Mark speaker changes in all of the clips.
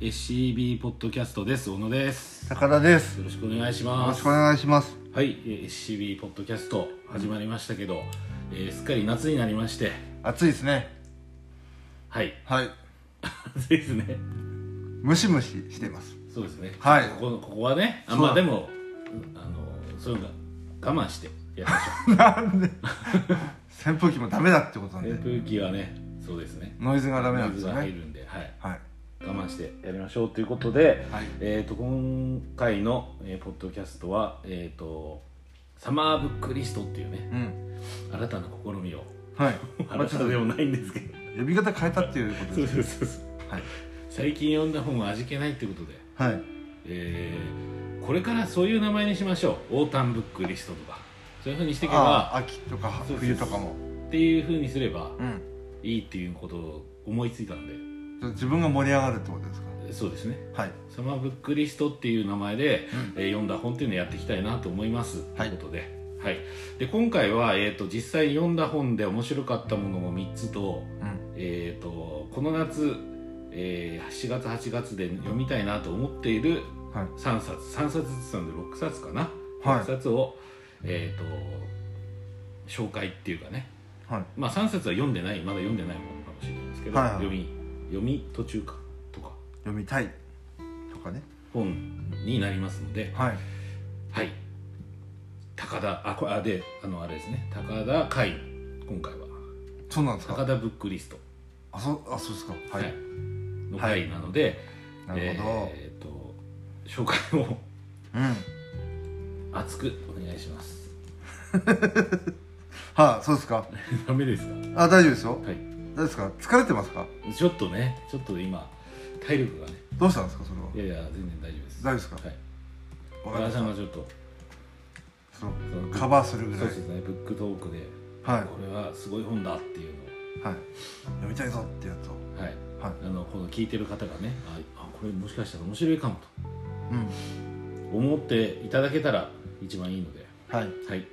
Speaker 1: SCB ポッドキャストです小野です
Speaker 2: 高田です。
Speaker 1: よ
Speaker 2: よ
Speaker 1: ろしくお願いし
Speaker 2: ろ
Speaker 1: ま
Speaker 2: し
Speaker 1: す
Speaker 2: くお願いします。
Speaker 1: はいえー SCB ポッドキャスト始まりましたけど、えーすっかり夏になりまして
Speaker 2: 暑いですね。
Speaker 1: はい
Speaker 2: はい。
Speaker 1: 暑いですね
Speaker 2: ムシムシして います。
Speaker 1: そうですね
Speaker 2: はい
Speaker 1: ここここはねあ
Speaker 2: そう
Speaker 1: まあでもうんあのそういうの我慢してやりまし
Speaker 2: なんで扇風機もダメだってことなん
Speaker 1: ょう
Speaker 2: で
Speaker 1: 扇。風機はねそうですね
Speaker 2: ノイズがダメなんです
Speaker 1: 水
Speaker 2: よ
Speaker 1: が入
Speaker 2: ね。
Speaker 1: るんではい
Speaker 2: はい。
Speaker 1: 我慢してやりましょうということで、
Speaker 2: はい
Speaker 1: えー、と今回の、えーポッドキャストは、えーと「サマーブックリスト」っていうね
Speaker 2: うん。
Speaker 1: 新たな試みを
Speaker 2: はい。ま
Speaker 1: 新
Speaker 2: あちょ
Speaker 1: た
Speaker 2: っと
Speaker 1: でもないんですけど
Speaker 2: 呼び方変えたっていうこと
Speaker 1: そう
Speaker 2: です。
Speaker 1: そうそうそう
Speaker 2: はい。
Speaker 1: 最近読んだ本は味気ないってことで、
Speaker 2: はい。
Speaker 1: えーこれからそういう名前にしましょう「オータンブックリスト」とかそういうふうにしていけ
Speaker 2: ああ
Speaker 1: ば
Speaker 2: 秋とか
Speaker 1: そうそう
Speaker 2: 冬とかも。
Speaker 1: っていうふうにすれば
Speaker 2: うん。
Speaker 1: いいっていうことを思いついたん
Speaker 2: ちょっと自分が盛り上がるってことですか。
Speaker 1: でそうですね
Speaker 2: はい。
Speaker 1: サマーブックリストっていう名前で、
Speaker 2: う
Speaker 1: えー読んだ本っていうのをやっていきたいなと思います、
Speaker 2: はい
Speaker 1: ということで,、はい、で今回は、えー、と実際に読んだ本で面白かったものを3つと,、
Speaker 2: うん。
Speaker 1: えー、とこの夏、えー4月8月で読みたいなと思っている
Speaker 2: はい。
Speaker 1: 3冊3冊ずつなんで6冊かな、
Speaker 2: はい
Speaker 1: 6冊を、えー、と紹介っていうかね、
Speaker 2: はい。
Speaker 1: まあ、3冊は読んでないまだ読んでないものかもしれないですけど、
Speaker 2: はいはい
Speaker 1: 読み読み途中かとか
Speaker 2: 読みたいとかね。
Speaker 1: 本になりますので。
Speaker 2: はい。
Speaker 1: はい。高田、あ、これ、あ、で、あの、あれですね。高田会、今回は。
Speaker 2: そうなんです
Speaker 1: 高
Speaker 2: か。
Speaker 1: 田ブックリスト。
Speaker 2: あそうあそうですか。はい。
Speaker 1: の会なので、
Speaker 2: なるほ
Speaker 1: えーっと、紹介を
Speaker 2: ど。うん。
Speaker 1: 熱くお願いします。
Speaker 2: はい。そうですか。
Speaker 1: ダメですか
Speaker 2: あ大丈夫ですよ。
Speaker 1: はい。
Speaker 2: 大丈夫ですか疲れてますか
Speaker 1: ちょっとね、ちょっと今、体力がね、
Speaker 2: どうしたんですかそれはい
Speaker 1: やいや、全然大丈夫です。
Speaker 2: 大丈夫ですか
Speaker 1: はい。
Speaker 2: わ
Speaker 1: 高田さん
Speaker 2: た
Speaker 1: がちょっと、
Speaker 2: そう
Speaker 1: その
Speaker 2: カバーするぐら
Speaker 1: そう
Speaker 2: い
Speaker 1: ですね、ブックトークで、
Speaker 2: はい
Speaker 1: これはすごい本だっていう
Speaker 2: はい読みたいぞってやつを
Speaker 1: のを、はい。
Speaker 2: はい
Speaker 1: あの、この聞いてる方がね、あ、あこれもしかしたら面白いかもと。
Speaker 2: うん
Speaker 1: 思っていただけたら一番いいので
Speaker 2: はい
Speaker 1: はい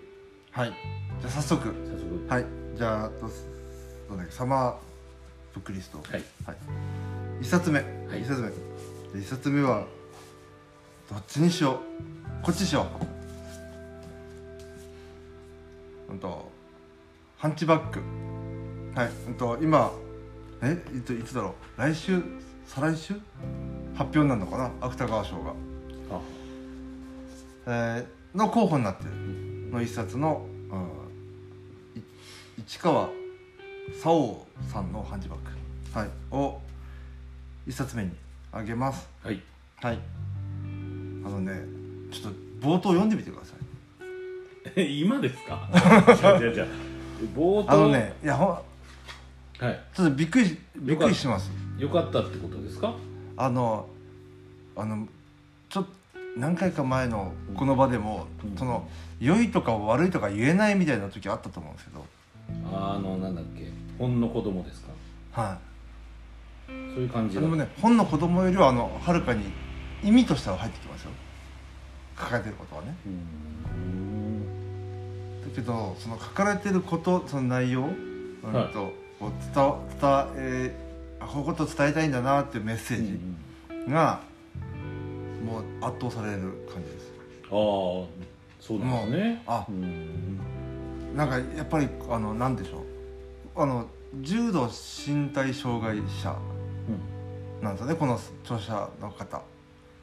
Speaker 2: はいじゃあ早速
Speaker 1: 早速
Speaker 2: はいじゃあどうすどうだっけサマーブックリスト
Speaker 1: はい
Speaker 2: はい一冊目
Speaker 1: い
Speaker 2: 一冊目で一冊目はどっちにしようこっちにしよううんとハンチバックはいうんと今えいついつだろう来週再来週発表になるのかな芥川賞が、
Speaker 1: あ
Speaker 2: えーの候補になってるの一冊の、うんい市川沙央さんのハンチバック、はい、を一冊目にあげます
Speaker 1: はい
Speaker 2: はいあのねちょっと冒頭読んでみてくださ い
Speaker 1: 今ですかじゃあじゃあじゃあ冒頭
Speaker 2: あのねいやほん
Speaker 1: はい
Speaker 2: ちょっとびっくりしびっくりします
Speaker 1: 良かったってことですか
Speaker 2: あのあのちょっと何回か前のこの場でも、
Speaker 1: うん
Speaker 2: その良いとか悪いとか言えないみたいな時あったと思うんですけど
Speaker 1: あのなんだっけ本の子供ですか
Speaker 2: は
Speaker 1: そういう感
Speaker 2: い
Speaker 1: じ
Speaker 2: で
Speaker 1: だ
Speaker 2: もね本の子供よりはあのはるかに意味としては入ってきますよ書かれてることはね
Speaker 1: うーん
Speaker 2: だけどその書かれてることその内容、
Speaker 1: はい
Speaker 2: うんとを伝わ伝えーあこういうこと伝えたいんだなっていうメッセ
Speaker 1: うんう
Speaker 2: ー
Speaker 1: ん
Speaker 2: ジが、もう圧倒される感じです
Speaker 1: ああそうなんですね
Speaker 2: あ
Speaker 1: うーん
Speaker 2: なんかやっぱりあのなんでしょうあの重度身体障害者
Speaker 1: うん
Speaker 2: なんですよねこの著者の方
Speaker 1: あ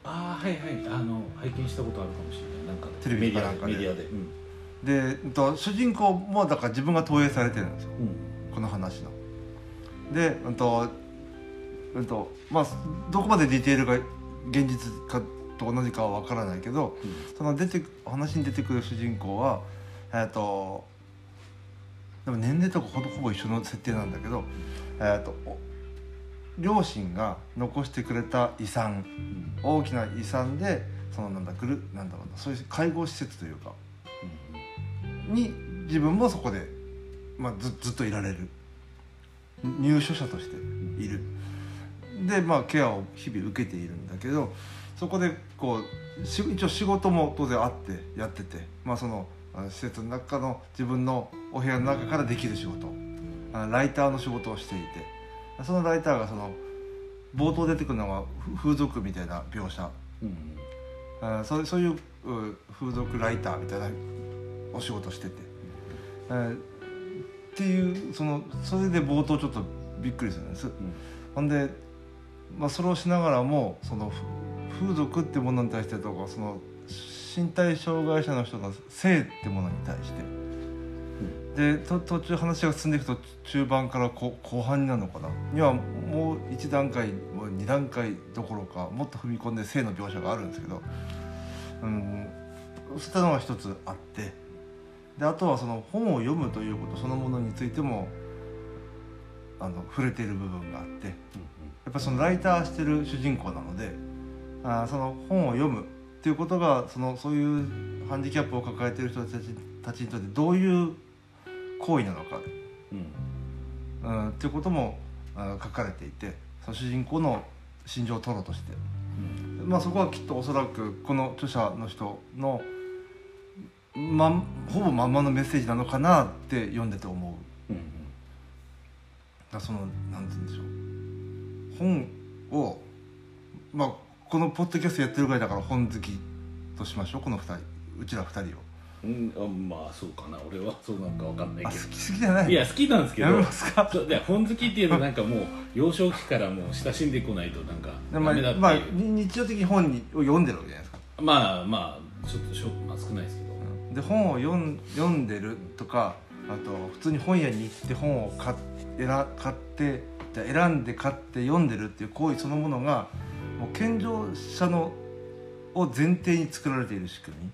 Speaker 1: あはいはいあの拝見したことあるかもしれないなんか
Speaker 2: テレビ
Speaker 1: メ
Speaker 2: か
Speaker 1: ディ
Speaker 2: な
Speaker 1: ア
Speaker 2: ん
Speaker 1: で
Speaker 2: か
Speaker 1: メ
Speaker 2: で
Speaker 1: ディアでうん
Speaker 2: でうんと主人公もだから自分が投影されてるんですよ
Speaker 1: うん
Speaker 2: この話の。でうんとうんとまあどこまでディテールが現実かと同じかは分からないけどその出てく話に出てくる主人公はえっ、とでも年齢とかほぼほぼ一緒の設定なんだけど、えー、とお両親が残してくれた遺産
Speaker 1: うん
Speaker 2: 大きな遺産でそのなんだくるなんだろうなそういう介護施設というかに自分もそこで、まあ、ずずっといられる入所者としているでまあケアを日々受けているんだけどそこでこうし一応仕事も当然あってやっててまあそのあの施設の中の自分のお部屋の中からできる仕事あのライターの仕事をしていてそのライターがその冒頭出てくるのはふ風俗みたいな描写
Speaker 1: うん
Speaker 2: あーそうそういうう風俗ライターみたいなお仕事してて、えーっていうそのそれで冒頭ちょっとびっくりするんです、ほんで、まあ、それをしながらもそのふ風俗ってものに対してとかその身体障害者の人の性ってものに対して、でと途中話が進んでいくと中盤から後後半になるのかなにはもう1段階もう2段階どころかもっと踏み込んで性の描写があるんですけど、うん、そうしたのが一つあってであとはその本を読むということそのものについてもあの触れている部分があってやっぱそのライターしてる主人公なのであーその本を読むっていうことがそのそういうハンディキャップを抱えている人たちたちにとってどういう行為なのか
Speaker 1: うん
Speaker 2: うん、っていうこともあ書かれていてその主人公の心情を取ろうとして、
Speaker 1: うん
Speaker 2: まあ、そこはきっとおそらくこの著者の人の、まん、ほぼまんまのメッセージなのかなって読んでて思う
Speaker 1: うん
Speaker 2: だからそのなんて言うんでしょう本を、まあ、このポッドキャストやってるぐらいだから本好きとしましょうこの2人うちら2人を
Speaker 1: うんうんあまあそうかな俺はそうなんかわかんない
Speaker 2: あ好
Speaker 1: け
Speaker 2: きすぎじゃな
Speaker 1: ど
Speaker 2: い
Speaker 1: いや好きなんですけ
Speaker 2: やめ
Speaker 1: ど
Speaker 2: ますか
Speaker 1: そうで本好きっていうのはなんかもう幼少期からもう親しんでこないとなんか ダ
Speaker 2: まあ
Speaker 1: メだっていう、
Speaker 2: まあ、に日常的に本にを読んでるわけじゃないですか
Speaker 1: まあまあちょっとしょ、まあ、少ないですけど、
Speaker 2: で本を読ん読んでるとかあと普通に本屋に行って本を買っ選買ってじゃあ選んで買って読んでるっていう行為そのものがもう健常者のを前提に作られている仕組み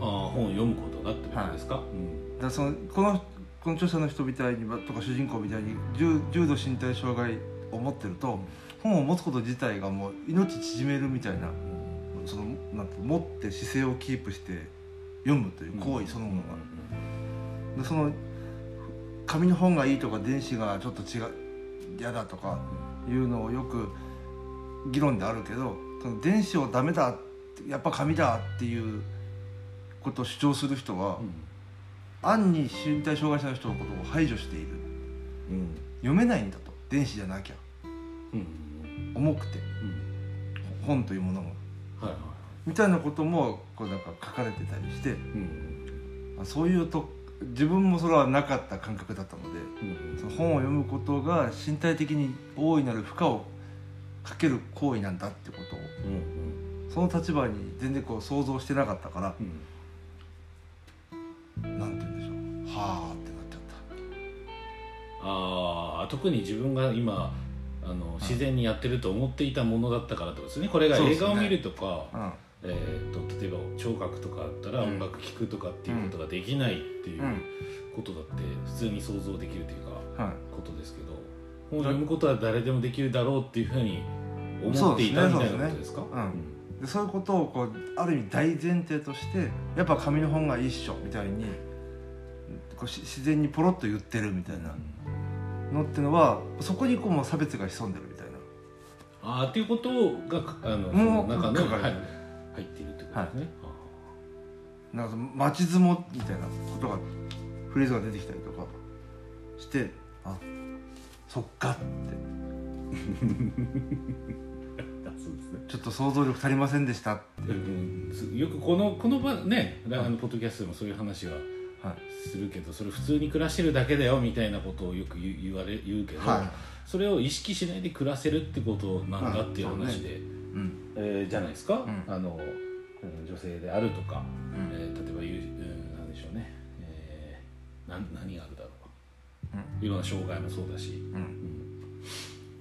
Speaker 1: ああ本を読むことがってことですか、うん
Speaker 2: だからそのこのこの著者の人みたいにとか主人公みたいに重重度身体障害を持ってると本を持つこと自体がもう命縮めるみたいなそのなんて持って姿勢をキープして読むという行為そのものが。でその紙の本がいいとか電子がちょっと違う嫌だとかいうのをよく議論であるけどその電子をダメだってやっぱ紙だっていうことを主張する人は、暗に身体障害者の人のことを排除している
Speaker 1: うんうん
Speaker 2: 読めないんだと電子じゃなきゃ
Speaker 1: うん
Speaker 2: 重くて
Speaker 1: うん
Speaker 2: 本というものも
Speaker 1: はいは
Speaker 2: みたいなこともこうなんか書かれてたりして
Speaker 1: いうん
Speaker 2: あそういうと自分もそれはなかった感覚だったので。
Speaker 1: うん
Speaker 2: その本を読むことが身体的に大いなる負荷をかける行為なんだってことを
Speaker 1: うんうん
Speaker 2: その立場に全然こう想像してなかったから
Speaker 1: うん
Speaker 2: なんて言うんでしょうはあってなっちゃっ
Speaker 1: ああ特に自分が今あの自然にやってると思っていたものだったからってことですねこれが
Speaker 2: そうで
Speaker 1: 映
Speaker 2: すね
Speaker 1: 画を見るとか、
Speaker 2: た、うん
Speaker 1: えー、と例えば聴覚とかあったら
Speaker 2: うん
Speaker 1: 音楽聴くとかっていうことができないっていう
Speaker 2: うん
Speaker 1: ことだって普通に想像できるというか
Speaker 2: は
Speaker 1: ことですけど本を読むことは誰でもできるだろうっていうふうに思っていたみ
Speaker 2: そう
Speaker 1: た
Speaker 2: ですね
Speaker 1: いなことですか
Speaker 2: そうですねい、でそういうことをこうある意味大前提としてやっぱ紙の本が一緒みたいにこうし自然にポロッと言ってるみたいなのってのはそこにこうもう差別が潜んでるみたい
Speaker 1: あ
Speaker 2: な
Speaker 1: あっていうことがあのその
Speaker 2: もう
Speaker 1: 中の
Speaker 2: 書かれて
Speaker 1: は
Speaker 2: る
Speaker 1: い入っているってことですね。
Speaker 2: なんかその町相撲みたいなことがフレーズが出てきたりとかしてあそっかって
Speaker 1: あそうですね
Speaker 2: ちょっと想像力足りませんでしたって、
Speaker 1: うんすよくこのこの場ねあ
Speaker 2: はい
Speaker 1: のポッドキャストでもそういう話が
Speaker 2: はい
Speaker 1: するけどそれ普通に暮らしてるだけだよみたいなことをよく言う言われ言うけど、
Speaker 2: は
Speaker 1: それを意識しないで暮らせるってことなんだっていう話で、
Speaker 2: い、うん
Speaker 1: えーじゃないですか、
Speaker 2: うん
Speaker 1: あのうん女性であるとか、
Speaker 2: うん
Speaker 1: えー例えばゆう、うん、なんでしょうね、えーなん何があるだろういろんな障害もそうだし、
Speaker 2: うんうん
Speaker 1: うん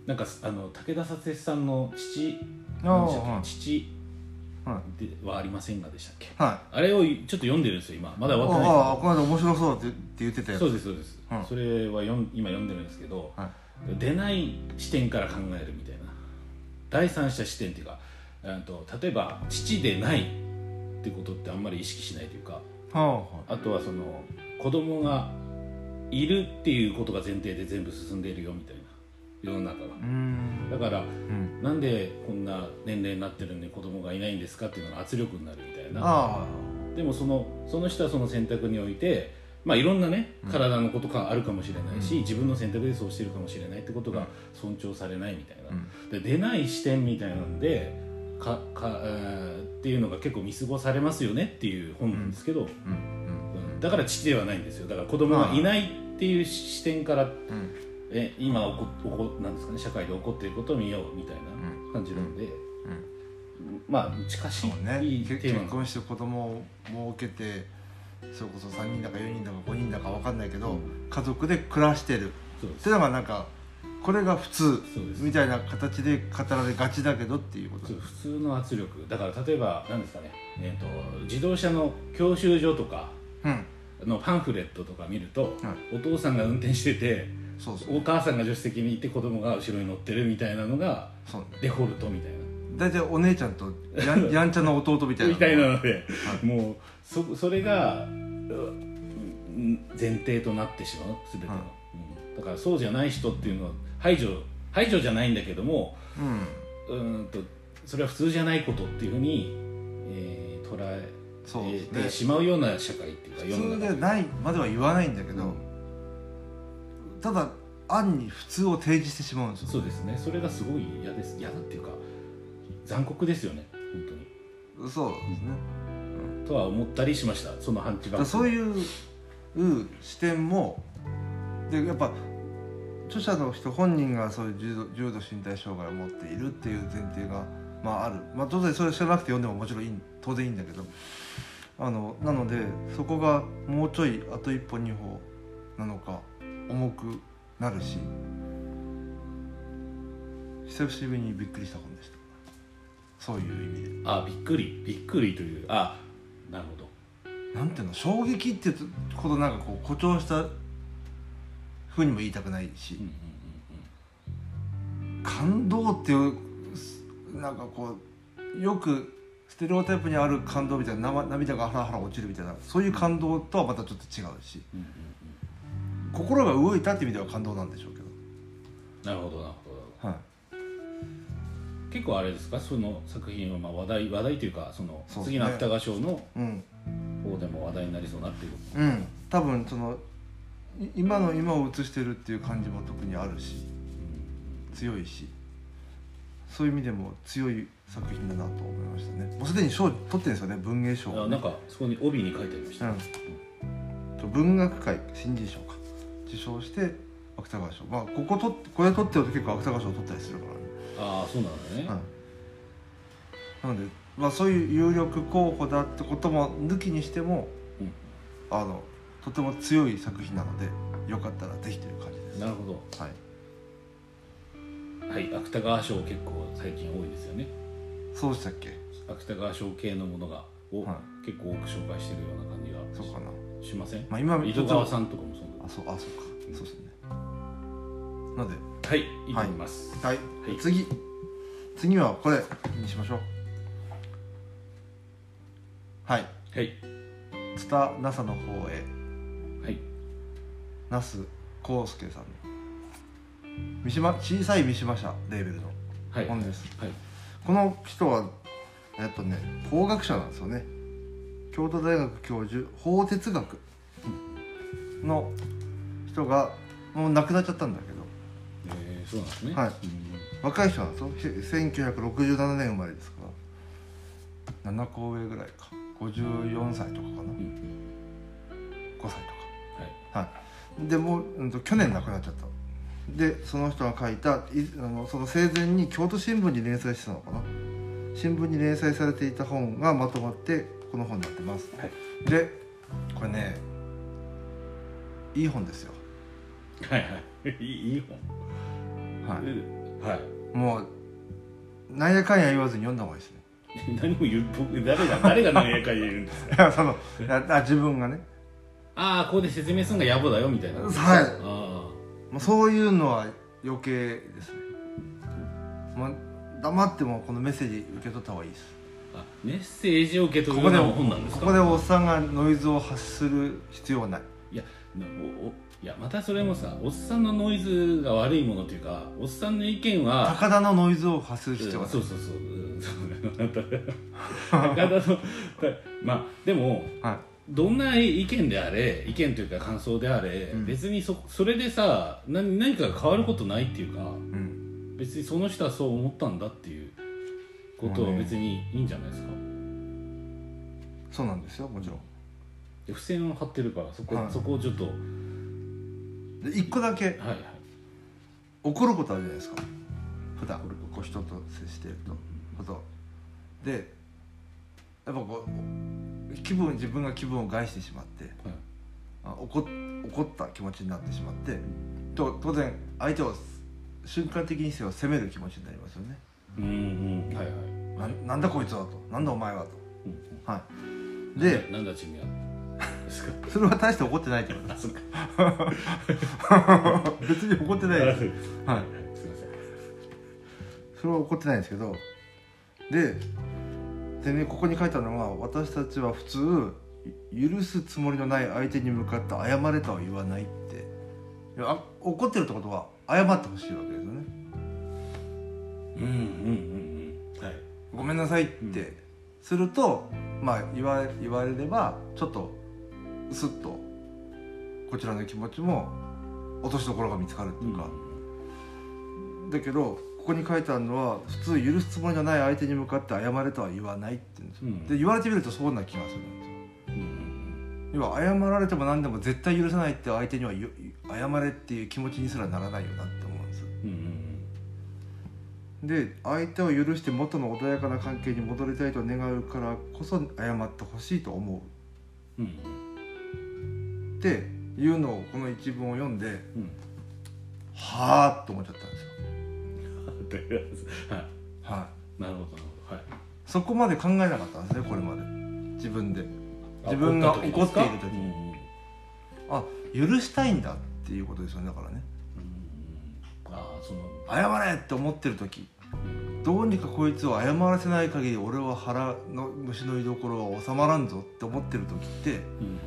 Speaker 1: なんかあの武田砂鉄さんの父
Speaker 2: あ
Speaker 1: なんでしたっけ
Speaker 2: はい
Speaker 1: 父
Speaker 2: は
Speaker 1: ではありませんがでしたっけ
Speaker 2: いはい
Speaker 1: あれをちょっと読んでるんですよ今まだ
Speaker 2: あ
Speaker 1: 終わってない
Speaker 2: あこの間面白そうってって言ってたやつ
Speaker 1: そうですそうです、
Speaker 2: うん
Speaker 1: それは読ん今読んでるんですけど、
Speaker 2: は
Speaker 1: 出ない視点から考えるみたいな第三者視点っていうかうんと例えば父でないってことってあんまり意識しないというか
Speaker 2: はあは
Speaker 1: あとはその子供がいるっていうことが前提で全部進んでいるよみたいな世の中が
Speaker 2: あうーん
Speaker 1: だから
Speaker 2: うん
Speaker 1: なんでこんな年齢になってるのに子供がいないんですかっていうのが圧力になるみたいな
Speaker 2: あ
Speaker 1: でもそのその人はその選択においてまあ、いろんなね
Speaker 2: うん
Speaker 1: 体のことがあるかもしれないし、
Speaker 2: うん
Speaker 1: 自分の選択でそうしてるかもしれないってこと
Speaker 2: うん
Speaker 1: が尊重されないみたいな、
Speaker 2: うん
Speaker 1: で出ない視点みたいなんでかか、えーっていうのが結構見過ごされますよねっていう本なんですけど、
Speaker 2: うんうん
Speaker 1: だから父ではないんですよだから子供がいないっていう視点から
Speaker 2: うん
Speaker 1: え今起こ起こなんですかね社会で起こっていることを見ようみたいな感じなので、
Speaker 2: うん
Speaker 1: まあ近し
Speaker 2: そ
Speaker 1: いう
Speaker 2: ね
Speaker 1: いいテ
Speaker 2: 結
Speaker 1: ーマ
Speaker 2: 結
Speaker 1: が
Speaker 2: 婚して子供を設けてそれこそ3人だか4人だか5人だか分かんないけど、
Speaker 1: うん
Speaker 2: 家族で暮らしてるっ
Speaker 1: そうです
Speaker 2: てのがなんかこれが普通
Speaker 1: そうです
Speaker 2: みたいな形で語られがちだけどっていうこと
Speaker 1: そう普通の圧力だから例えば何ですかね、えー、と自動車の教習所とか
Speaker 2: うん
Speaker 1: のパンフレットとか見ると、
Speaker 2: は
Speaker 1: お父さんが運転してて
Speaker 2: そうそう
Speaker 1: お母さんが助手席にいて子供が後ろに乗ってるみたいなのが
Speaker 2: そう
Speaker 1: デフォルトみたいな
Speaker 2: 大体お姉ちゃんとや んやんちゃな弟みたいな
Speaker 1: みたいなので、
Speaker 2: は
Speaker 1: もうそそれがうん前提となってしまう全ての、
Speaker 2: はい
Speaker 1: うんだからそうじゃない人っていうのは排除排除じゃないんだけども
Speaker 2: うん
Speaker 1: うーんとそれは普通じゃないことっていうふうに、えー捉え
Speaker 2: そうです
Speaker 1: て
Speaker 2: ね
Speaker 1: しまうような社会っていうか世の
Speaker 2: 普通
Speaker 1: 中
Speaker 2: でないまでは言わないんだけど、
Speaker 1: うん
Speaker 2: ただ暗に普通を提示してしまうんですよ
Speaker 1: そうですねそれがすごい嫌です嫌だっていうか残酷ですよね本当に
Speaker 2: そうですね
Speaker 1: とは思ったりしましたそのハンチ
Speaker 2: だ
Speaker 1: バ
Speaker 2: から
Speaker 1: ッ
Speaker 2: そう
Speaker 1: う
Speaker 2: いううん視点もでやっぱ著者の人本人がそういう重度重度身体障害を持っているっていう前提が、まあ、ある、まあ、当然それ知らなくて読んでももちろんいい当然いいんだけどあのなのでそこがもうちょいあと一歩二歩なのか重くなるし久しぶりにびっくりした本でしたそういう意味で。
Speaker 1: あびっくりびっくりというあなるほど
Speaker 2: なんていうの衝誇っていうほどなんかこう誇張したふうにも言いたくないし
Speaker 1: うんうん
Speaker 2: 感動っていうすなんかこうよくステレオタイプにある感動みたいなな涙がハラハラ落ちるみたいなそういう感動とはまたちょっと違うし
Speaker 1: うんうんうんうん
Speaker 2: 心が動いたって意味では感動なんでしょうけど、
Speaker 1: なるほどなるほど
Speaker 2: はい、
Speaker 1: 結構あれですかその作品はまあ話題話題というかその
Speaker 2: そうですね
Speaker 1: 次の芥川賞の
Speaker 2: うん
Speaker 1: 方でも話題になりそうなっていう
Speaker 2: うん多分そのい今の今を映してるっていう感じも特にあるし強いしそういう意味でも強い作品だなと思いましたねもうすでに賞取ってるんですよね文芸賞
Speaker 1: あなんかそこに帯に書いてありました、
Speaker 2: うんと文学界新人賞か受賞して芥川賞まあここ取ってこれ取ってると結構芥川賞取ったりするからね
Speaker 1: ああそうなんだね、
Speaker 2: うん、なので、まあ、そういう有力候補だってことも抜きにしても、
Speaker 1: うん
Speaker 2: あのとても強い作品なのでよかったらぜひという感じです、
Speaker 1: なるほど
Speaker 2: はい、
Speaker 1: はい芥川賞結構最近多いですよね
Speaker 2: そうでしたっけ、
Speaker 1: 芥川賞系のものがを、
Speaker 2: は
Speaker 1: 結構多く紹介してるような感じ
Speaker 2: い、そうか
Speaker 1: が
Speaker 2: な、
Speaker 1: ししません
Speaker 2: まあ、今
Speaker 1: 井戸川さんとかもそうなん
Speaker 2: あそうあそうかそうですねなので
Speaker 1: だはいいいと思います、
Speaker 2: はい、
Speaker 1: はい
Speaker 2: 次次はこれにしましょうはい
Speaker 1: はい
Speaker 2: 「ツタ NASA の方へ
Speaker 1: はい
Speaker 2: 那須康介さんの三島小さい三島社レーベル
Speaker 1: は
Speaker 2: の
Speaker 1: いはい
Speaker 2: 本です、
Speaker 1: はい
Speaker 2: この人はえっとね法学者なんですよね京都大学教授法哲学の人がもう亡くなっちゃったんだけど
Speaker 1: えー、そうなんですね
Speaker 2: は
Speaker 1: う
Speaker 2: い
Speaker 1: ん
Speaker 2: 若い人なんですよ1967年生まれですから7個上ぐらいか54歳とか
Speaker 1: うん
Speaker 2: かな
Speaker 1: うん
Speaker 2: 5歳
Speaker 1: はい
Speaker 2: とかはいでもう、うんと、去年亡くなっちゃったでその人が書いたいあのその生前に京都新聞に連載してたのかな新聞に連載されていた本がまとまってこの本になってます、
Speaker 1: は
Speaker 2: でこれねいい本ですよ、
Speaker 1: はいはい いいいい本
Speaker 2: は
Speaker 1: はい
Speaker 2: い、もうなんやかんや言わずに読んだ方がいいですね
Speaker 1: 何も言う僕誰が誰が何やか言えるんですか
Speaker 2: いやそのあ自分がね
Speaker 1: ああここで説明するのが野暮だよみたいな
Speaker 2: はい
Speaker 1: あ
Speaker 2: まあ、そういうのは余計ですね、まあ、黙ってもこのメッセージ受け取った方がいいです
Speaker 1: ーあメッセージを受け取
Speaker 2: こ
Speaker 1: る
Speaker 2: こ
Speaker 1: よう
Speaker 2: で
Speaker 1: な本なんですか
Speaker 2: ここでおっさんがノイズを発する必要はない
Speaker 1: いやなおおいやまたそれもさおっさんのノイズが悪いものというかおっさんの意見は
Speaker 2: 高田のノイズを発する
Speaker 1: うん
Speaker 2: 必要
Speaker 1: そ
Speaker 2: は
Speaker 1: う
Speaker 2: ない、
Speaker 1: そうそう うんそう高田のたまあでも
Speaker 2: はい
Speaker 1: どんな意見であれ意見というか感想であれ、
Speaker 2: うん
Speaker 1: 別にそそれでさ何何かが変わることないっていうか
Speaker 2: うん
Speaker 1: 別にその人はそう思ったんだっていうことは
Speaker 2: まあね
Speaker 1: 別にいいんじゃないですか、
Speaker 2: そうなんですよもちろん
Speaker 1: で付箋を貼ってるからそこ,、
Speaker 2: はい
Speaker 1: そこをちょっとはい
Speaker 2: で一個だけ
Speaker 1: はい
Speaker 2: 怒ることあるじゃないですか普段こう人と接してるとことでやっぱこう気分自分が気分を害してしまって
Speaker 1: はい
Speaker 2: あ怒っ怒った気持ちになってしまってと当然相手を瞬間的にせよ責める気持ちになりますよね
Speaker 1: うんうんはいはい
Speaker 2: ななんだこいつはとなんだお前はと
Speaker 1: うん
Speaker 2: はい
Speaker 1: で
Speaker 2: で
Speaker 1: なんだ君はですか
Speaker 2: それは大して怒ってないってこと
Speaker 1: あそっか
Speaker 2: 別に怒ってないです
Speaker 1: すい
Speaker 2: はい
Speaker 1: ません
Speaker 2: それは怒ってないんですけどででねここに書いたのは私たちは普通ゆ許すつもりのない相手に向かって謝れとは言わないっていやあ怒ってるってことは謝ってほしいわけですよ
Speaker 1: う
Speaker 2: ね
Speaker 1: んうんうんうんはい
Speaker 2: ごめんなさいってすると、まあ言わ言われればちょっとスッとこちらの気持ちも落としどころが見つかるっていうか、だけどここに書いてあるのは普通許すつもりのない相手に向かって謝れとは言わないって言うんですよ、
Speaker 1: うん
Speaker 2: で言われてみるとそうな気がするんですよ
Speaker 1: うんうん
Speaker 2: 要は謝られても何でも絶対許さないって相手にはよ謝れっていう気持ちにすらならないよなって思うんですよ
Speaker 1: うんうんうん
Speaker 2: で相手を許して元の穏やかな関係に戻りたいと願うからこそ謝ってほしいと思
Speaker 1: うんうん
Speaker 2: うっていうのをこの一文を読んで
Speaker 1: うん
Speaker 2: はあと思っちゃったんですよ
Speaker 1: とりあえずは
Speaker 2: は
Speaker 1: い
Speaker 2: い
Speaker 1: なるほどなるほどはい
Speaker 2: そこまで考えなかったんですねこれまで自分で
Speaker 1: あ
Speaker 2: 自分が怒っている
Speaker 1: 怒った
Speaker 2: 時
Speaker 1: 時ですか
Speaker 2: あ許したいんだっていうことですよねだからね
Speaker 1: うんうんああその
Speaker 2: 謝れって思ってる時どうにかこいつを謝らせない限り俺は腹の虫の居所は収まらんぞって思ってる時って
Speaker 1: うん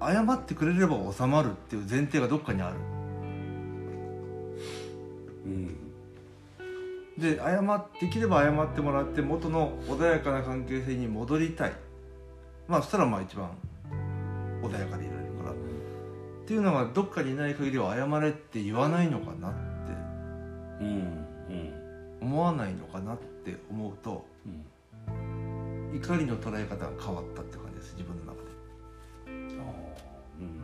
Speaker 2: 謝ってくれれば収まるっていう前提がどっかにある
Speaker 1: うん
Speaker 2: で謝っできれば謝ってもらって元の穏やかな関係性に戻りたいまあそしたらまあ一番穏やかでいられるからっていうのがどっかにいない限りは謝れって言わないのかなって
Speaker 1: うんうん
Speaker 2: 思わないのかなって思うと
Speaker 1: うん
Speaker 2: 怒りの捉え方が変わったって感じです自分の中で
Speaker 1: ああうん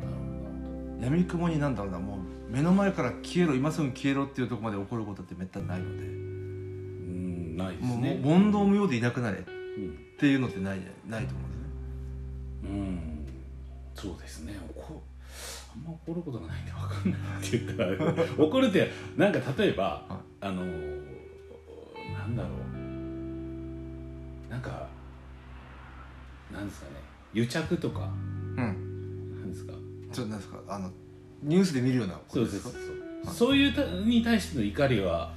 Speaker 1: なるほ
Speaker 2: 闇雲になんだろうなもう目の前から消えろ今すぐ消えろっていうところまで起こることってめったにないの
Speaker 1: ど
Speaker 2: で
Speaker 1: うんないです
Speaker 2: もうもう
Speaker 1: ね
Speaker 2: 問答無用でいなくなれ
Speaker 1: う
Speaker 2: っ
Speaker 1: ん
Speaker 2: ていうのってないじゃないないと思うんですね
Speaker 1: うんそうですね怒あんま怒ることがないんで分かんないって言ったらあれだけど怒るってなんか例えば、
Speaker 2: い
Speaker 1: あのーなんだろうなんかなんですかね癒着とか
Speaker 2: うん
Speaker 1: なんですか
Speaker 2: ちょっとなんですかあのニュースで見るようなこ
Speaker 1: そう
Speaker 2: と
Speaker 1: で
Speaker 2: ですす
Speaker 1: そ
Speaker 2: か
Speaker 1: う
Speaker 2: はい
Speaker 1: そういうたに対しての怒りは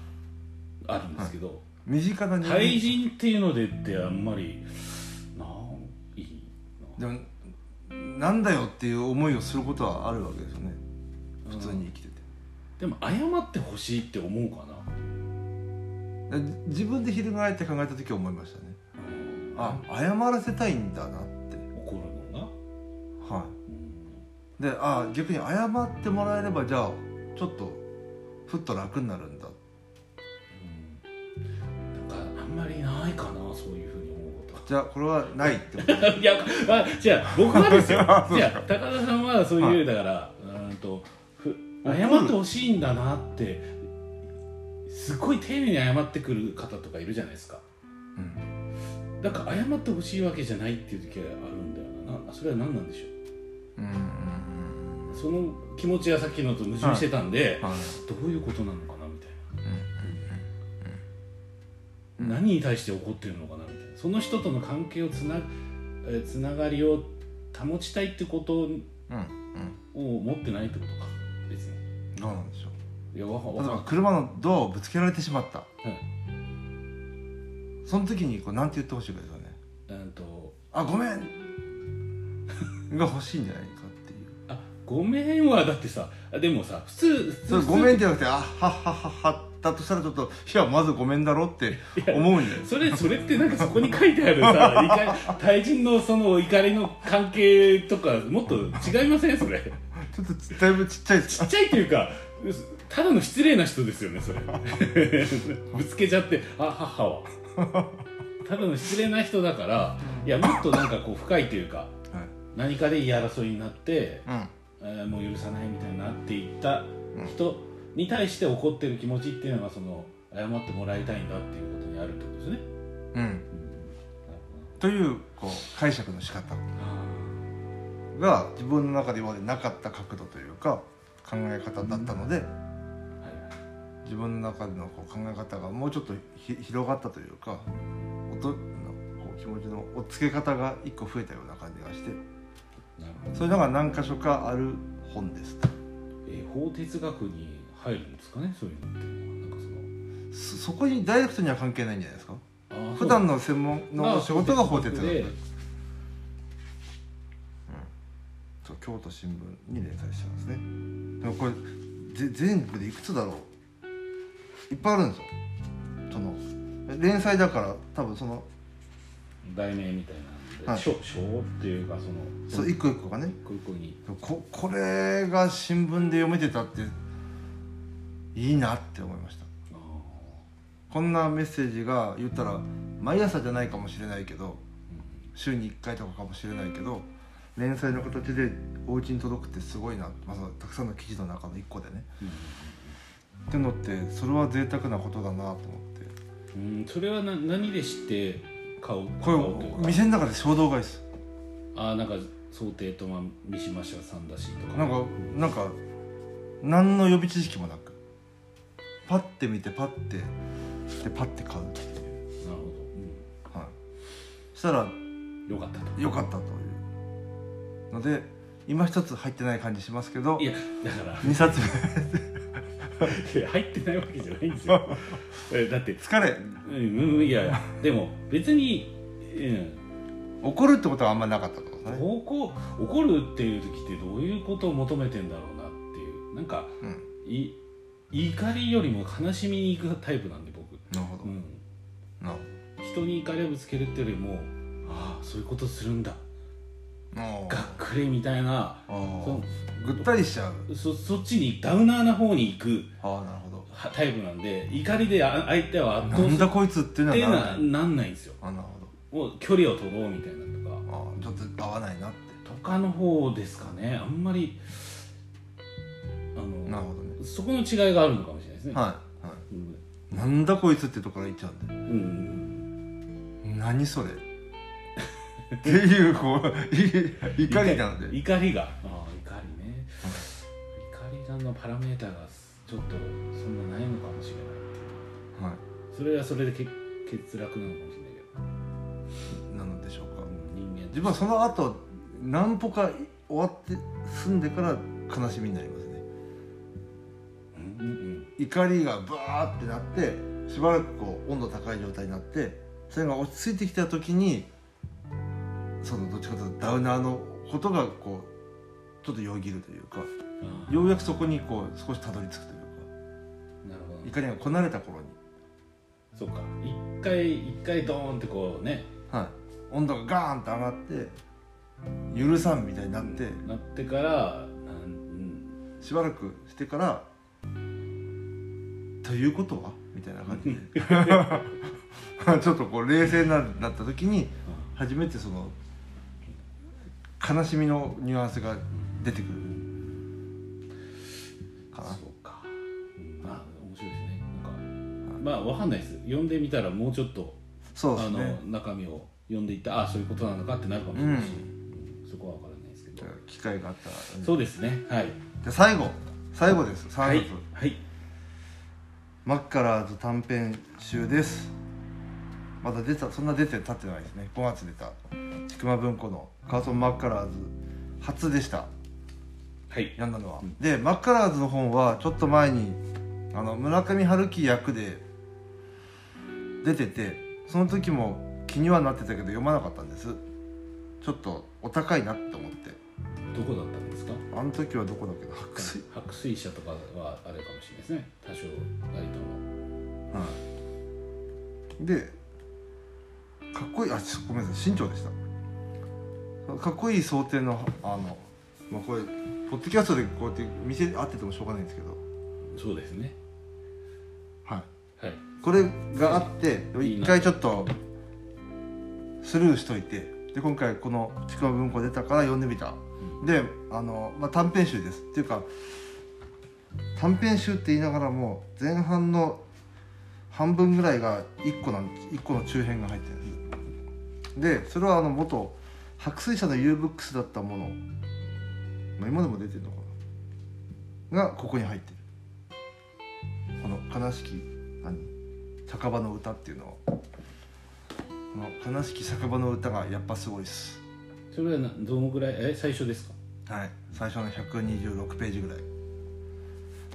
Speaker 1: あるんですけど、
Speaker 2: 身近な人間
Speaker 1: 対人っていうのでってあんまりなんいい
Speaker 2: でもなんだよっていう思いをすることはあるわけですよね
Speaker 1: な
Speaker 2: 普通に生きてて、
Speaker 1: でも謝ってほしいって思うかな
Speaker 2: で自分で翻って考えた時は思いましたね
Speaker 1: うん
Speaker 2: あ謝らせたいんだなって
Speaker 1: 怒るのが、
Speaker 2: はい
Speaker 1: うん
Speaker 2: でああ逆に謝ってもらえればじゃあちょっとふっと楽になるんだ
Speaker 1: うんなんかあんまりないかなそういうふうに思うこと
Speaker 2: じゃあこれはないってこ と
Speaker 1: いや、あ、じゃあ僕はですよ
Speaker 2: あ そう
Speaker 1: じ
Speaker 2: で
Speaker 1: ゃ
Speaker 2: す
Speaker 1: あ高田さんはそういう、だからうーんとふ謝ってほしいんだなってすごい丁寧に謝ってくる方とかいるじゃないですか
Speaker 2: うん
Speaker 1: だから謝ってほしいわけじゃないっていう時はあるんだよななそれは何なんでしょ
Speaker 2: うんうん
Speaker 1: うその気持ちはさっきのと矛盾してたんで、
Speaker 2: はい
Speaker 1: どういうことなのかなみたい
Speaker 2: うんうん
Speaker 1: な、何に対して怒ってるのかなみたいなその人との関係をつなえーつながりを保ちたいってこと
Speaker 2: うんうん
Speaker 1: を持ってないってことか別に
Speaker 2: うんどうなんでしょう
Speaker 1: いやわかわ
Speaker 2: 例え
Speaker 1: かん
Speaker 2: ば車のドアをぶつけられてしまった、
Speaker 1: い
Speaker 2: その時にこうなんて言ってほしいかですよね
Speaker 1: うんと
Speaker 2: あごめんが欲しいんじゃないかっていう
Speaker 1: あごめんはだってさあでもさ普通普
Speaker 2: そ
Speaker 1: 通
Speaker 2: れごめん
Speaker 1: 普
Speaker 2: じゃなくてあはっはっはっはったとしたらちょっといやまずごめんだろって思うんじゃないです
Speaker 1: そ
Speaker 2: か
Speaker 1: れそれってなんかそこに書いてあるさ怒り対人のその怒りの関係とかもっと違いませんそれち
Speaker 2: ちょっとちだいぶちっちゃいです
Speaker 1: っちゃいというかただの失礼な人ですよねそれぶつけちゃってあ母はただの失礼な人だからいやもっとなんかこう深いというか
Speaker 2: はい
Speaker 1: 何かで言い争いになって、
Speaker 2: うん
Speaker 1: えーもう許さないみたいになっていった人に対して怒ってる気持ちっていうのはその謝ってもらいたいんだっていうことにあるってことですね、
Speaker 2: う
Speaker 1: うん
Speaker 2: ん
Speaker 1: なる
Speaker 2: というこう解釈の仕
Speaker 1: ほ
Speaker 2: 方
Speaker 1: どな
Speaker 2: が自分の中で今までなかった角度というか考え方だったので
Speaker 1: はいはい
Speaker 2: 自分の中でのこう考え方がもうちょっとひ広がったというか音のこう気持ちのおっつけ方が一個増えたような感じがして
Speaker 1: なるほど
Speaker 2: そういうのが何箇所かある本です
Speaker 1: えー法哲学に入るんですかねそういうのっていうのはなん
Speaker 2: そそこにダイレクトには関係ないんじゃないですか
Speaker 1: かそのあー
Speaker 2: 普段の専門
Speaker 1: あー
Speaker 2: の仕事が法
Speaker 1: そう哲
Speaker 2: 哲学
Speaker 1: 学で
Speaker 2: そう京都新聞に連載してますねでもこれぜ全部でいくつだろういっぱいあるんですよその連載だから多分その
Speaker 1: 題名みたいなんで、
Speaker 2: はい
Speaker 1: 書書っていうかその
Speaker 2: そう一個一個がね
Speaker 1: 一個一個に
Speaker 2: ここれが新聞で読めてたっていいなって思いました
Speaker 1: あ
Speaker 2: こんなメッセージが言ったら毎朝じゃないかもしれないけど
Speaker 1: ー
Speaker 2: 週に1回とかかもしれないけど連載の形でお家に届くってすごいな、まあ、そのたくさんの記事の中の1個でねってのってそれは贅沢なことだなと思って
Speaker 1: うん、うんうんそれはな何で知って買う
Speaker 2: こ
Speaker 1: 買
Speaker 2: れ
Speaker 1: うというか
Speaker 2: 店の中で衝動買いです
Speaker 1: あーなんか想定とまあ三島社さんだしとか
Speaker 2: なんかなんか何の予備知識もなくパッて見てパッてでパッて買うっていう、
Speaker 1: なるほ
Speaker 2: はい、そしたら
Speaker 1: ど、うん、よかったと
Speaker 2: 良かったというので今一つ入ってない感じしますけど
Speaker 1: いやだから
Speaker 2: 2冊目
Speaker 1: いや入ってないわけじゃないんですよ えだって
Speaker 2: 疲れ
Speaker 1: うんうん、いやいやでも別に、うん、
Speaker 2: 怒るってことはあんまりなかったってことですね
Speaker 1: 方向怒るっていう時ってどういうことを求めてんだろうなっていうなんか
Speaker 2: うん
Speaker 1: い怒りよりも悲しみに行くタイプなんで僕、
Speaker 2: なるほど、
Speaker 1: うん、
Speaker 2: なる
Speaker 1: 人に怒りをぶつけるっていうよりもああそういうことするんだ
Speaker 2: ほど
Speaker 1: がっくりみたいな
Speaker 2: あー
Speaker 1: そ
Speaker 2: ぐったりしちゃう
Speaker 1: そそっちにダウナーな方に行く
Speaker 2: ああなるほど
Speaker 1: はタイプなんで怒りであ相手を圧
Speaker 2: な
Speaker 1: 倒す
Speaker 2: ん
Speaker 1: る
Speaker 2: だこいつってい
Speaker 1: っ
Speaker 2: うの
Speaker 1: ていう
Speaker 2: は
Speaker 1: の
Speaker 2: なら
Speaker 1: は
Speaker 2: ない
Speaker 1: なんないんですよ
Speaker 2: あなるほど
Speaker 1: もう距離を取ろうみたいなとか
Speaker 2: ああちょっと合わないなって
Speaker 1: とかの方ですかねあんまりあの
Speaker 2: なるほどね
Speaker 1: そこの違いがあるのかもしれないですね。
Speaker 2: はい、は
Speaker 1: うん
Speaker 2: い、なんだこいつってところから行っちゃうんで
Speaker 1: うん、
Speaker 2: 何それっていうこうい怒りなので
Speaker 1: 怒りがああ怒りね、怒りのパラメーターがちょっとそんなないのかもしれない
Speaker 2: は
Speaker 1: それはそれでけ欠落なのかもしれないけど
Speaker 2: いなのでしょうか
Speaker 1: 人間
Speaker 2: 自分はその後何歩か終わって住んでから悲しみになりますね
Speaker 1: うんうん
Speaker 2: 怒りがバーってなってしばらくこう温度高い状態になってそれが落ち着いてきた時にそのどっちかというとダウナーのことがこうちょっとよぎるというか
Speaker 1: ああ
Speaker 2: ようやくそこにこう少したどり着くというか
Speaker 1: なるほど
Speaker 2: 怒りがこなれた頃に、
Speaker 1: そうか一回一回ドーンってこうね
Speaker 2: はい、温度がガーンと上がって許さんみたいになって
Speaker 1: なってからなんうん
Speaker 2: しばらくしてから「ということは?」みたいな感じで ちょっとこう冷静にななった時に
Speaker 1: あ
Speaker 2: 初めてその悲しみのニュアンスが出てくるか
Speaker 1: あ
Speaker 2: な
Speaker 1: そうか、うん、まあ面白いですねなんかまあわかんないです読んでみたらもうちょっと
Speaker 2: そうで
Speaker 1: あ
Speaker 2: す
Speaker 1: の
Speaker 2: ね
Speaker 1: 中身を読んでいったああそういうことなのかってなるかもしれないし、うんそこは分からないですけ
Speaker 2: じ
Speaker 1: ど
Speaker 2: ゃあ機会があったら
Speaker 1: そうですねはい
Speaker 2: じゃあ最後最後です3冊、
Speaker 1: はいはい
Speaker 2: マッカラーズ短編集ですまだ出たそんな出て経ってないですね5月出たちくま文庫のカーソン・マッカラーズ初でした
Speaker 1: はい
Speaker 2: 読んだのは、
Speaker 1: うん
Speaker 2: でマッカラーズの本はちょっと前にあの村上春樹役で出ててその時も気にはなってたけど読まなかったんですちょっとお高いなって思って
Speaker 1: どこだったんですか
Speaker 2: あの時はどこだっけど白水
Speaker 1: 白水社とかはあれかもしれないですね多少割との
Speaker 2: はい、でかっこいいあちょごめんなさい身長でしたかっこいい想定のあの、まあ、これポッドキャストでこうやって店で会っててもしょうがないんですけど、
Speaker 1: そうですね
Speaker 2: はい、
Speaker 1: はい
Speaker 2: これがあって
Speaker 1: いい
Speaker 2: 一
Speaker 1: な
Speaker 2: 回ちょっとスルーしといてで今回この「ちくわ文庫」出たから読んでみた、
Speaker 1: う
Speaker 2: であの、まあ、短編集ですっていうか短編集って言いながらも前半の半分ぐらいが1個なん1個の中編が入ってるんですでそれはあの元白水社の U ブックスだったもの、まあ、今でも出てるのかながここに入ってるこの「悲しき何酒場の歌」っていうのはこの「悲しき酒場の歌」がやっぱすごいっす
Speaker 1: それはなどのぐらいえ最初ですか
Speaker 2: はい最初の126ページぐらい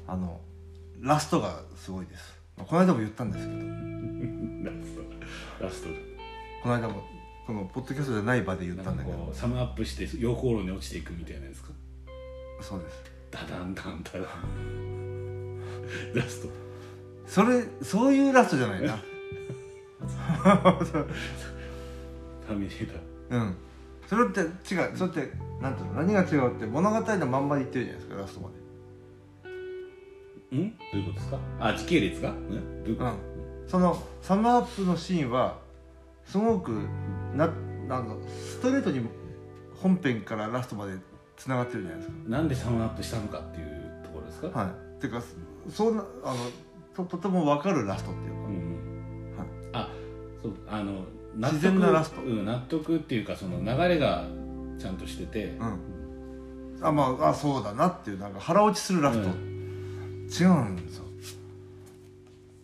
Speaker 2: あのラストがすごいですまあこの間も言ったんですけど
Speaker 1: ラストラスト
Speaker 2: この間もこのポッドキャストじゃない場で言っ
Speaker 1: な
Speaker 2: たん
Speaker 1: ん
Speaker 2: だ
Speaker 1: か
Speaker 2: けど
Speaker 1: こうサムアップして溶鉱炉に落ちていくみたいなやつか
Speaker 2: そうです
Speaker 1: ダダンダンダダンラスト
Speaker 2: それそういうラストじゃないなそう
Speaker 1: ターミネーター
Speaker 2: うんそれって違うそれってなんていうの何が違うって物語のまんまで言ってるじゃないですかラストまで
Speaker 1: んどういうことですかあ時系列がんどういうこと、
Speaker 2: そのサムアップのシーンはすごくなあのストレートに本編からラストまでつながってるじゃないです
Speaker 1: なんでサムアップしたのかっていうところですか、
Speaker 2: か。はい、ていうかそんなあのととても分かるラストっていううんはい
Speaker 1: あそうあの
Speaker 2: 自然なラスト
Speaker 1: うん、納得っていうかその流れがちゃんとしてて、
Speaker 2: か、うん、あまああそうだなっていうなんか腹落ちするラスト、
Speaker 1: う
Speaker 2: 違うんですよ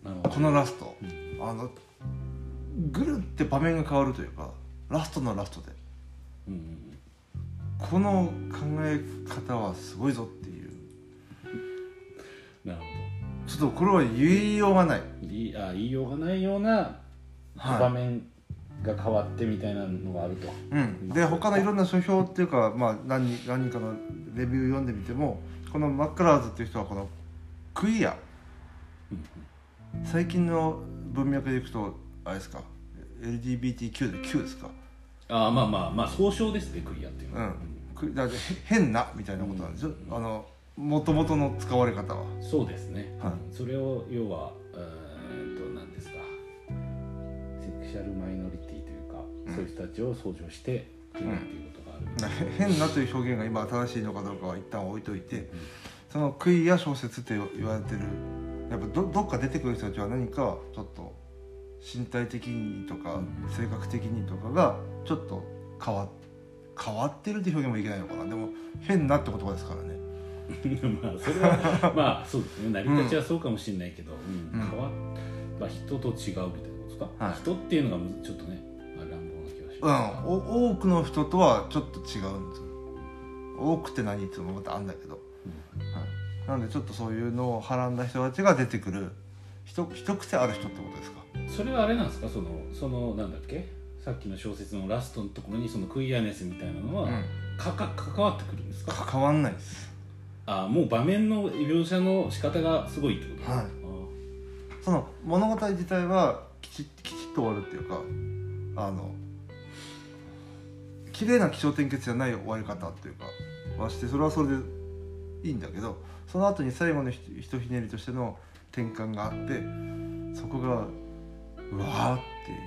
Speaker 1: なるほど
Speaker 2: このラスト、あのぐるって場面が変わるというかラストのラストで
Speaker 1: うんうん
Speaker 2: この考え方はすごいぞっていう
Speaker 1: うんなるほ
Speaker 2: ちょっとこれは言いようがない
Speaker 1: どいいあ言いようがないような
Speaker 2: はい
Speaker 1: 場面が変わってみたいなのがあると、
Speaker 2: うん、で他のいろんな書評っていうか、まあ、何人何人かのレビュー読んでみてもこのマッカラーズっていう人はこのクイア
Speaker 1: うん
Speaker 2: 最近の文脈でいくとあれですか LGBTQ で Q ですか、
Speaker 1: あまあまあまあ総称ですねクリアっていうの
Speaker 2: う
Speaker 1: は、
Speaker 2: ん、クだからへ変なみたいなことなんですよ、
Speaker 1: うん
Speaker 2: あの元々の使われ方は
Speaker 1: そうですね、
Speaker 2: はい
Speaker 1: それを要はうーんと何ですかセクシャルマイノリティというか、
Speaker 2: うん
Speaker 1: そういう人たちを創上して組むっていうことがある、
Speaker 2: だからへ 変なという表現が今正しいのかどうかは一旦置いといてそのクイア小説って言われてるやっぱどどっか出てくる人たちは何かちょっと身体的にとか
Speaker 1: うん
Speaker 2: 性格的にとかがちょっと変わ変わってるって表現もいけないのかなでも変なって言葉ですからね
Speaker 1: まあそれはまあそうですね成り立ちはそうかもしれないけど、うん
Speaker 2: うん
Speaker 1: 変わっ、まあ、人と違うみたいなことですか、
Speaker 2: はい
Speaker 1: 人っていうのがむちょっとね、まあ、乱暴な気がし
Speaker 2: うん
Speaker 1: ますが、
Speaker 2: お多くの人とはちょっと違うんですよ多くって何っていうのもまたあんだけど、はい、なんでちょっとそういうのをはらんだ人たちが出てくる一一癖ある人ってことですか
Speaker 1: それはあれなんですかそのそのなんだっけさっきの小説のラストのところにそのクイアネスみたいなのは、
Speaker 2: うん
Speaker 1: かか関わってくるんですか
Speaker 2: 関わんないです
Speaker 1: あもう場面の描写の仕方がすごいってこと
Speaker 2: はいその物語自体はきちきちっと終わるっていうかあの綺麗な気象転結じゃない終わり方っていうかはしてそれはそれでいいんだけどその後に最後のひひとひねりとしての転換があってそこがうわーっていう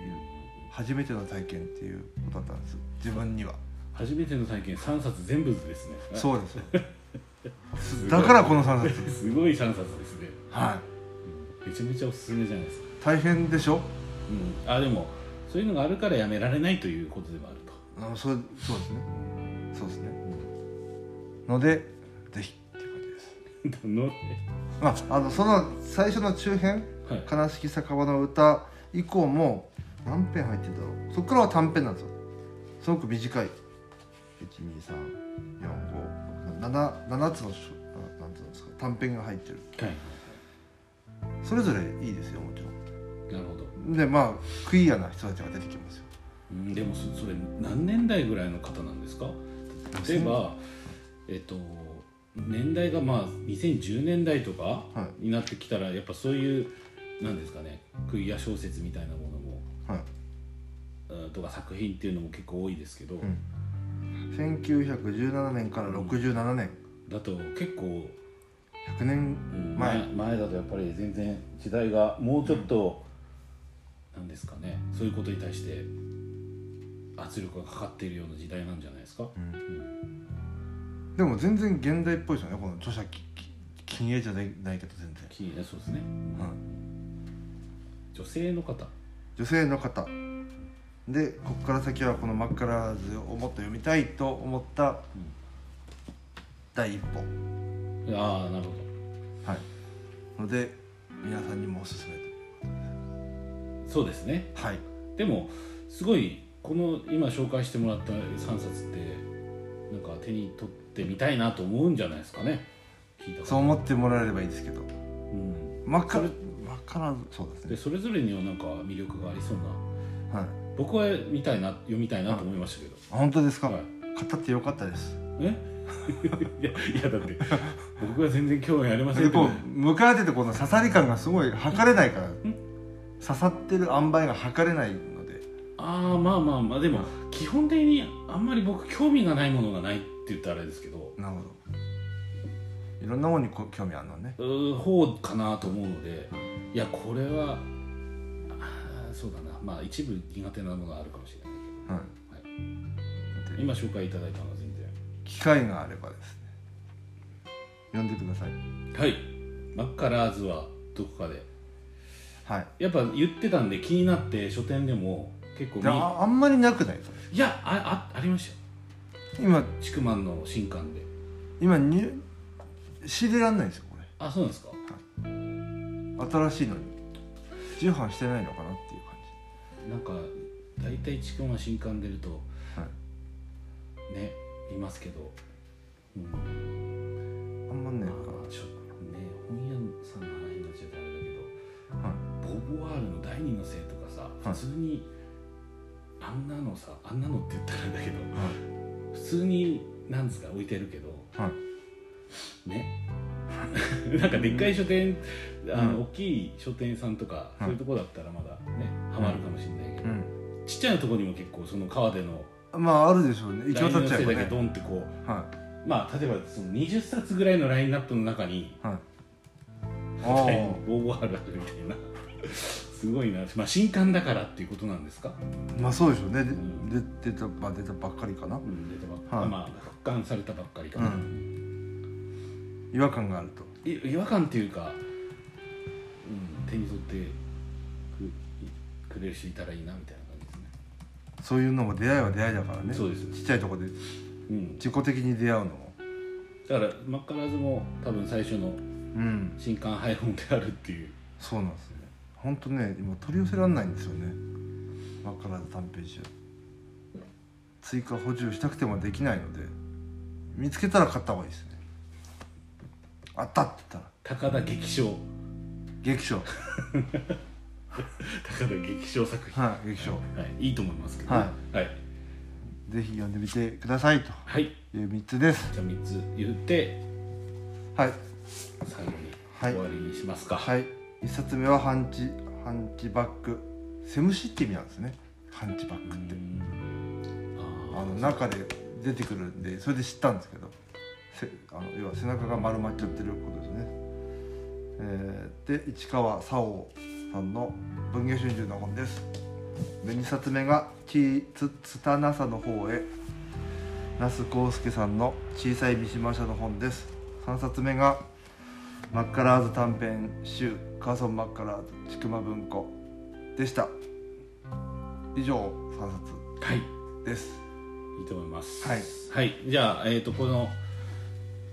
Speaker 2: 初めての体験っていうことだったんです自分 には
Speaker 1: 初めての体験3冊全部ですね
Speaker 2: そうですよ
Speaker 1: すごい
Speaker 2: だからこの3冊
Speaker 1: すごい3冊ですね
Speaker 2: はい
Speaker 1: めちゃめちゃおすすめじゃないですか、
Speaker 2: 大変でしょ
Speaker 1: うん、あでもそういうのがあるからやめられないということでもあると
Speaker 2: あそれそうですねそうですね、のでぜひっていう感じです
Speaker 1: の
Speaker 2: まああのその最初の中編
Speaker 1: は
Speaker 2: 「
Speaker 1: い
Speaker 2: 悲しき酒場の歌」以降も何編入ってんだろうそこからは短編なんですよすごく短い1234567つのしょななんていうんですか短編が入ってる
Speaker 1: はい
Speaker 2: それぞれいいですよもちろ
Speaker 1: なるほど、
Speaker 2: んでまあクイアな人たちが出てきますよ
Speaker 1: うん、でもそそれ何年代ぐらいの方なんですか例えばえっと年代がまあ2010年代とか
Speaker 2: は
Speaker 1: になってきたらやっぱそういう何ですかねクイア小説みたいなものも
Speaker 2: はい
Speaker 1: うんとか作品っていうのも結構多いですけど、
Speaker 2: うん、1917年から67年、
Speaker 1: だと結構、
Speaker 2: 100年
Speaker 1: うん
Speaker 2: 前
Speaker 1: 前前だとやっぱり全然時代がもうちょっと、なんですかねそういうことに対して圧力がかかっているような時代なんじゃないですか、うん
Speaker 2: でも全然現代っぽいですよねこの著者きき禁煙じゃないないけど全然、
Speaker 1: きそうですね
Speaker 2: はい、
Speaker 1: 女性の方
Speaker 2: 女性の方でここから先はこの「マッカラーズ」をもっと読みたいと思った
Speaker 1: うん
Speaker 2: 第一歩、
Speaker 1: ああなるほ
Speaker 2: はいので皆さんにもおすすめと
Speaker 1: どそうですね
Speaker 2: はい
Speaker 1: でもすごいこの今紹介してもらった3冊ってなんか手に取ってみたいなと思うんじゃないですかね聞いた
Speaker 2: そう
Speaker 1: う、
Speaker 2: 思ってもらえればいいですけど
Speaker 1: うん、
Speaker 2: 真っ赤
Speaker 1: それ
Speaker 2: 真っ赤なそうです
Speaker 1: で
Speaker 2: ね
Speaker 1: それぞれにはなんか魅力がありそうな
Speaker 2: はい
Speaker 1: 僕は見たいな読みたいなと思いましたけど、
Speaker 2: あ本当ですか、
Speaker 1: はい、
Speaker 2: 語ってよかったです
Speaker 1: え いやいやだ って僕は全然興味ありません
Speaker 2: で
Speaker 1: けど
Speaker 2: こう向かっててこの刺さり感がすごい測れないから刺さってる塩梅が測れないので
Speaker 1: ああまあまあまあでも基本的にあんまり僕興味がないものがないって言ったらあれですけど
Speaker 2: なるほどいろんなものにこう興味あるのね
Speaker 1: うー方かなと思うのでいやこれはあーそうだなまあ一部苦手なものがあるかもしれない
Speaker 2: はい
Speaker 1: けど
Speaker 2: で
Speaker 1: 今紹介いただいたのは全
Speaker 2: 機会があればですね読んでください
Speaker 1: 然はいマッカラーズはどこかで
Speaker 2: はい
Speaker 1: やっぱ言ってたんで気になって書店でも結構見
Speaker 2: でああんまりなくないですか
Speaker 1: いやああありましたよ
Speaker 2: 今
Speaker 1: ちくまんの新刊で
Speaker 2: 今入仕入れらんないんですよこ
Speaker 1: あそうなんですか
Speaker 2: れ新しいのに重版してないのかなっていう感
Speaker 1: なんか大体ちくまん新刊出ると、
Speaker 2: は
Speaker 1: ね見ますけど、うん
Speaker 2: じあんまね
Speaker 1: まあちょっとね本屋さんの話になっちゃうとあれだけど、ボーヴォワールの第二の性とかさ
Speaker 2: はい
Speaker 1: 普通に、あんなのさあんなのって言ったらあれだけど
Speaker 2: は
Speaker 1: 普通になんですか置いてるけど
Speaker 2: いはい
Speaker 1: ねなんかでっかい書店、あ
Speaker 2: う
Speaker 1: の
Speaker 2: ん
Speaker 1: 大きい書店さんとか、
Speaker 2: うん
Speaker 1: そういうとこだったらまだねハマるかもしれないけど、
Speaker 2: うん
Speaker 1: ちっちゃいとこにも結構その川での
Speaker 2: まああるでしょうね一応
Speaker 1: 第二の
Speaker 2: 立っちゃ
Speaker 1: 性
Speaker 2: えば
Speaker 1: だけ
Speaker 2: ね
Speaker 1: ドンってこう
Speaker 2: は
Speaker 1: まあ例えばその20冊ぐらいのラインナップの中に
Speaker 2: いはい
Speaker 1: は
Speaker 2: あ
Speaker 1: い応募あるあるみたいな すごいな、まあ、新刊だからっていうことなんですか、
Speaker 2: あまあそうでしょうねで
Speaker 1: ん
Speaker 2: で出たば出たばっかりかな
Speaker 1: うん出たばっか
Speaker 2: はい
Speaker 1: まあ発刊されたばっかりかな、
Speaker 2: うん違和感があると
Speaker 1: い違和感っていうか、うん、手に取ってくくれる人いたらいいなみたいな感じですね
Speaker 2: そういうのも出会いは出会いだからね
Speaker 1: そうです
Speaker 2: ちっちゃいとこで
Speaker 1: うん、
Speaker 2: 自己的に出会うのも
Speaker 1: だからマッカラーズも多分最初の
Speaker 2: うん
Speaker 1: 新刊配本であるっていう
Speaker 2: そうなんですね本当ね今取り寄せられないんですよねマッカラーズ短編集追加補充したくてもできないので見つけたら買った方がいいですねあったって言った
Speaker 1: 高
Speaker 2: ら
Speaker 1: 田劇賞
Speaker 2: 劇場
Speaker 1: 高田劇賞作品、
Speaker 2: はい劇場
Speaker 1: はい、いいと思いますけどね、はい
Speaker 2: ぜひ読んでみてくださいと
Speaker 1: はい、
Speaker 2: いう3つです
Speaker 1: じゃあ3つ言って
Speaker 2: はい
Speaker 1: 最後に
Speaker 2: はい
Speaker 1: 終わりにしますか、
Speaker 2: はい1冊目はハンチハンチバックセムシって意味なんですねハンチバックってあの
Speaker 1: な
Speaker 2: 中で出てくるんでそれで知ったんですけどせあの要は背中が丸まっちゃってることですね、えーで市川沙央さんの「文藝春秋」の本ですで2冊目が「ちつつたなさの方へ」那須康介さんの「小さい三島社」の本です3冊目が「マッカラーズ短編集カーソン・マッカラーズちくま文庫」でした以上3冊
Speaker 1: はいい
Speaker 2: です
Speaker 1: いと思います
Speaker 2: はい、
Speaker 1: はい、じゃあ、えー、とこの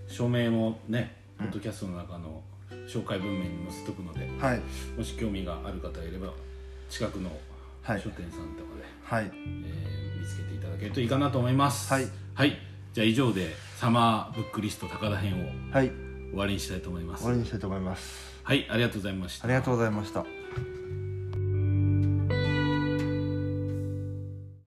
Speaker 1: 署名もね
Speaker 2: う
Speaker 1: ポ
Speaker 2: ん
Speaker 1: ッドキャストの中の紹介文面に載せとくので、
Speaker 2: はい
Speaker 1: もし興味がある方がいれば近くの
Speaker 2: はい
Speaker 1: 書店さんとかで、
Speaker 2: はい
Speaker 1: えー見つけていただけるといいかなと思います
Speaker 2: はい、
Speaker 1: はい、じゃあ以上でサマーブックリスト高田編を
Speaker 2: はい
Speaker 1: 終わりにしたいと思います
Speaker 2: 終わりにしたいと思います
Speaker 1: はいありがとうございました
Speaker 2: ありがとうございました
Speaker 1: はい